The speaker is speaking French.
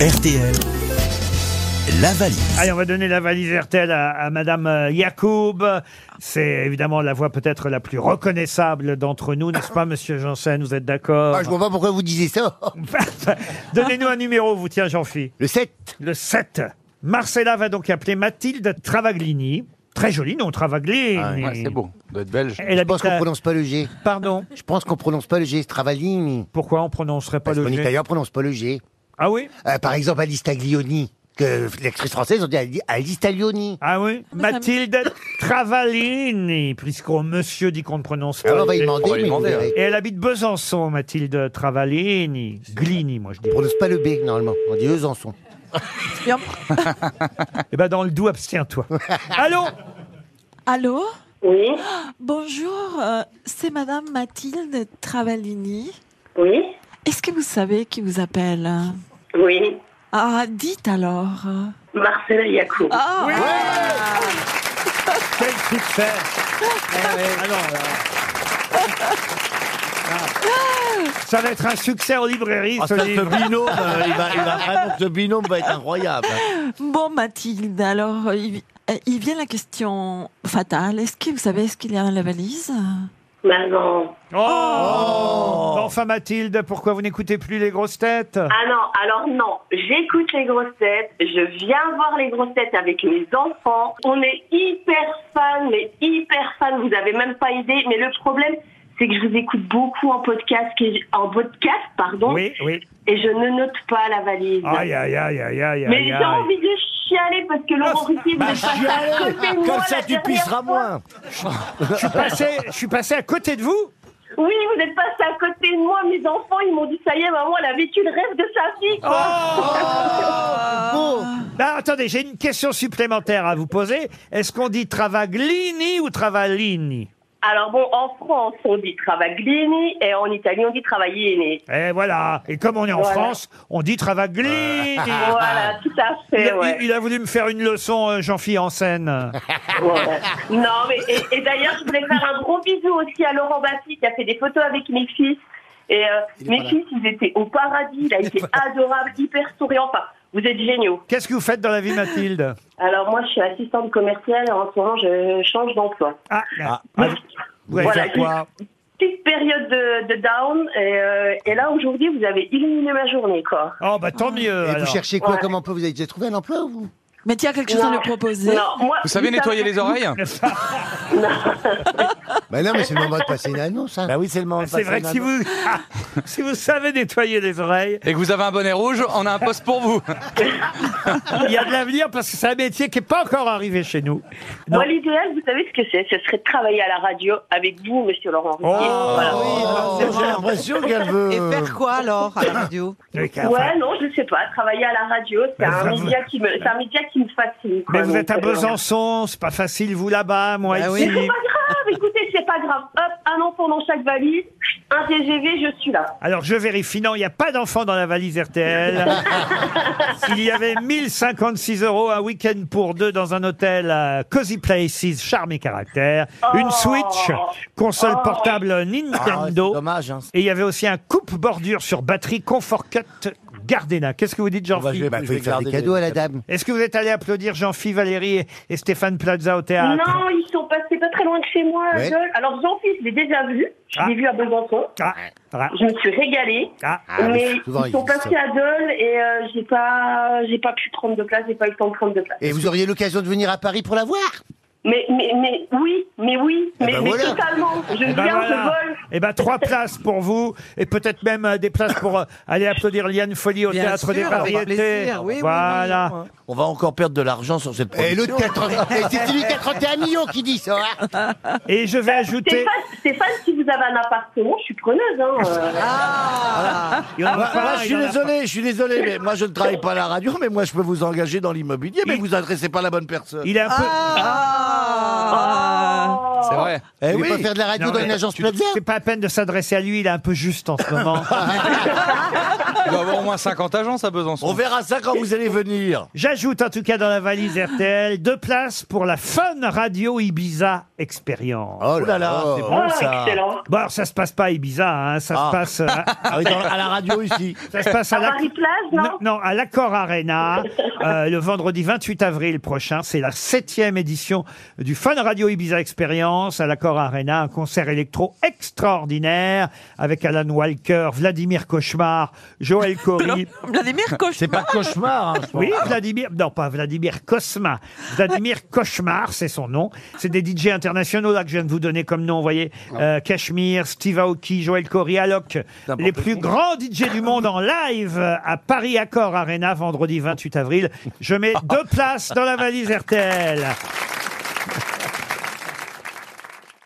RTL, la valise. Allez, on va donner la valise RTL à, à Madame euh, Yacoub. C'est évidemment la voix peut-être la plus reconnaissable d'entre nous, n'est-ce pas, Monsieur Janssen Vous êtes d'accord Ah, je vois pas pourquoi vous disiez ça. Donnez-nous un numéro, vous tiens, jean philippe Le 7. Le 7. Marcella va donc appeler Mathilde Travaglini. Très joli nom, Travaglini. Ah, c'est beau. Doit être belge. Elle Je pense habite qu'on à- prononce pas le G. Pardon. Je pense qu'on prononce pas le G, Stravallini. Pourquoi on prononcerait pas Parce le qu'en G italien, on prononce pas le G. Ah oui Euh, par exemple, Alice Taglioni, que l'actrice française, on dit Ali- Alice Taglioni. Ah oui Mathilde Travaglini, puisqu'on monsieur dit qu'on ne prononce pas. Alors, on va y le G. demander, va y mais vous demander, verrez. Et elle habite Besançon, Mathilde Travaglini. Glini, moi je dis. On prononce pas le B, normalement. On dit Eusançon. Eh ben dans le doux, abstiens-toi. Allô Allô Oui, Bonjour, euh, c'est Madame Mathilde Travaglini. oui, Est-ce que vous savez qui vous appelle oui. Ah, dites alors. Marcela Yacoub. Ah, Quel succès Alors, là. Ah. Ça va être un succès en librairie, ce livre. binôme, il va, ce binôme va être incroyable. Bon Mathilde, alors euh, il, euh, il vient la question fatale. Est-ce que vous savez ce qu'il y a dans la valise Bah non. Oh Enfin Mathilde, pourquoi vous n'écoutez plus les grosses têtes Ah non, alors non. J'écoute les grosses têtes. Je viens voir les grosses têtes avec mes enfants. On est hyper fans, mais hyper fans. Vous avez même pas idée. Mais le problème, c'est que je vous écoute beaucoup en podcast, qui- en podcast, pardon. Oui, oui. Et je ne note pas la valise. Aïe, aïe, aïe, aïe, aïe, mais aïe, Ah, bah, j'ai aïe. envie de chialer parce que Laurent Ruquier, vous êtes passé à côté de moi la dernière fois. Je suis passé, je suis passé à côté de vous Oui, vous êtes passé à côté de moi. Mes enfants, ils m'ont dit ça y est, maman, elle a vécu le rêve de sa vie. Oh, quoi. Ah, attendez, j'ai une question supplémentaire à vous poser. Est-ce qu'on dit Travaglini ou Travaglini Alors bon, en France, on dit travaglini et en Italie, on dit travaglini. Eh voilà. Et comme on est en Voilà. France, on dit Travaglini. Voilà, tout à Ah, Il, fait, a- ouais. il- il a voulu me faire une leçon, euh, Jean-Philippe Janssen. Ouais. Non, mais et, et d'ailleurs, je voulais faire un gros bisou aussi à Laurent Bassi qui a fait des photos avec mes fils. Et euh, mes fils, ils étaient au paradis. Il a été adorable, hyper souriant. Enfin, vous êtes géniaux. Qu'est-ce que vous faites dans la vie, Mathilde Alors moi, je suis assistante commerciale et en ce moment, je change d'emploi. Ah, ah, vous allez Voilà, faire quoi Petite période de, de down et, euh, et là aujourd'hui, vous avez illuminé ma journée, quoi. Oh, bah tant mieux. Et vous alors. cherchez quoi Ouais. comme emploi Vous avez déjà trouvé un emploi ou vous Mais tiens, quelque chose à Non. lui proposer. Non, moi, Vous savez nettoyer les oreilles Bah non, mais c'est le moment de passer une annonce. Hein. oui, c'est le moment. C'est vrai que si vous, Ah, si vous savez nettoyer les oreilles, et que vous avez un bonnet rouge, on a un poste pour vous. il y a de l'avenir parce que c'est un métier qui n'est pas encore arrivé chez nous. Non. Moi, l'idéal, vous savez ce que c'est Ce serait de travailler à la radio avec vous, monsieur Laurent Oh, Ruquier. Voilà. J'ai l'impression qu'elle veut. Et Ah, faire quoi alors à la radio oui, enfin, Ouais, non, je sais pas. Travailler à la radio, c'est Mais un, vous- média qui me- c'est un média qui me fascine. quoi. Mais vous Donc, êtes à euh, Besançon, c'est pas facile, vous là-bas, moi Bah oui. ici. C'est pas grave, écoutez, c'est pas grave. Hop, un enfant dans chaque valise, un TGV, je suis là. Alors je vérifie, non, il n'y a pas d'enfant dans la valise RTL. il y avait 1056 euros, un week-end pour deux dans un hôtel à Cozy Places, charme et caractère. Une Oh. Switch, console Oh. portable Nintendo. Ah, dommage. Bah, Hein. et il y avait aussi un coupe-bordure sur batterie Comfort Cut Gardena. Qu'est-ce que vous dites, jean va philippe jouer- Bah, Je faut vais lui faire garder des cadeaux les- à la dame. Est-ce que vous êtes allé applaudir jean philippe Valérie et- et Stéphane Plaza au théâtre Non, ils sont passés pas très loin de chez moi. Ouais. Dole. Alors, Jean-Fils, je l'ai déjà vu. Je l'ai Ah. vu à Besançon. Ah, ah, Je me suis régalée. ah. Ah, mais mais souvent, ils ils sont disent passés ça. à Dole et euh, j'ai pas, j'ai pas pu prendre de place, j'ai pas eu le temps de prendre de place. Et vous auriez l'occasion de venir à Paris pour la voir Mais, mais, mais oui, mais oui, mais, ben mais voilà. totalement. Je Eh ben viens, voilà. je vole. Eh ben trois places pour vous et peut-être même euh, des places pour euh, aller applaudir Liane Folie au Bien théâtre sûr, des avec variétés. plaisir, oui, oui, voilà. oui, On va encore perdre de l'argent sur cette Et production. Eh, l'autre 80... Et C'est celui qui a 31 millions qui dit ça. hein. Et je vais ajouter Stéphane, Stéphane, si vous avez un appartement, je suis preneuse. Hein, euh. Ah Il y en a Moi, pas, moi, bah, je il y suis en a pas. désolé, je suis désolé, mais moi je ne travaille pas à la radio, mais moi je peux vous engager dans l'immobilier, mais Il- Ah. vous adressez pas la bonne personne. Il est un peu Ah Oh. C'est vrai. Eh Il oui. peut faire de la radio Non, dans mais une agence tu- plaza C'est pas à peine de s'adresser à lui, il est un peu juste en ce moment. Il doit avoir au moins 50 agences à Besançon. On verra ça quand vous allez venir. J'ajoute en tout cas dans la valise RTL deux places pour la Fun Radio Ibiza Expérience. Oh là là, c'est bon Ah, ça. excellent. Bon, alors ça se passe pas à Ibiza, hein, ça Ah. se passe, euh, à, Ah oui, dans- à la radio ici. ça se passe à À la- Paris-Plage, non Non, non, à l'Accor Arena, euh, le vendredi 28 avril prochain. C'est la septième édition du Fun Radio Ibiza Experience à l'Accor Arena, un concert électro extraordinaire avec Alan Walker, Vladimir Cauchemar, Joël Corry. Vladimir Cauchemar. cauchemar. hein, je pense. Oui, Vladimir, non pas Vladimir Cosma, Vladimir Cauchemar, c'est son nom. C'est des DJ internationaux là que je viens de vous donner comme nom, vous voyez. Euh, Cashmere, Steve Aoki, Joël Corry, Alok, N'importe les plus grands DJ du monde en live euh, à Paris Accor Arena vendredi 28 avril. Je mets deux places dans la valise RTL.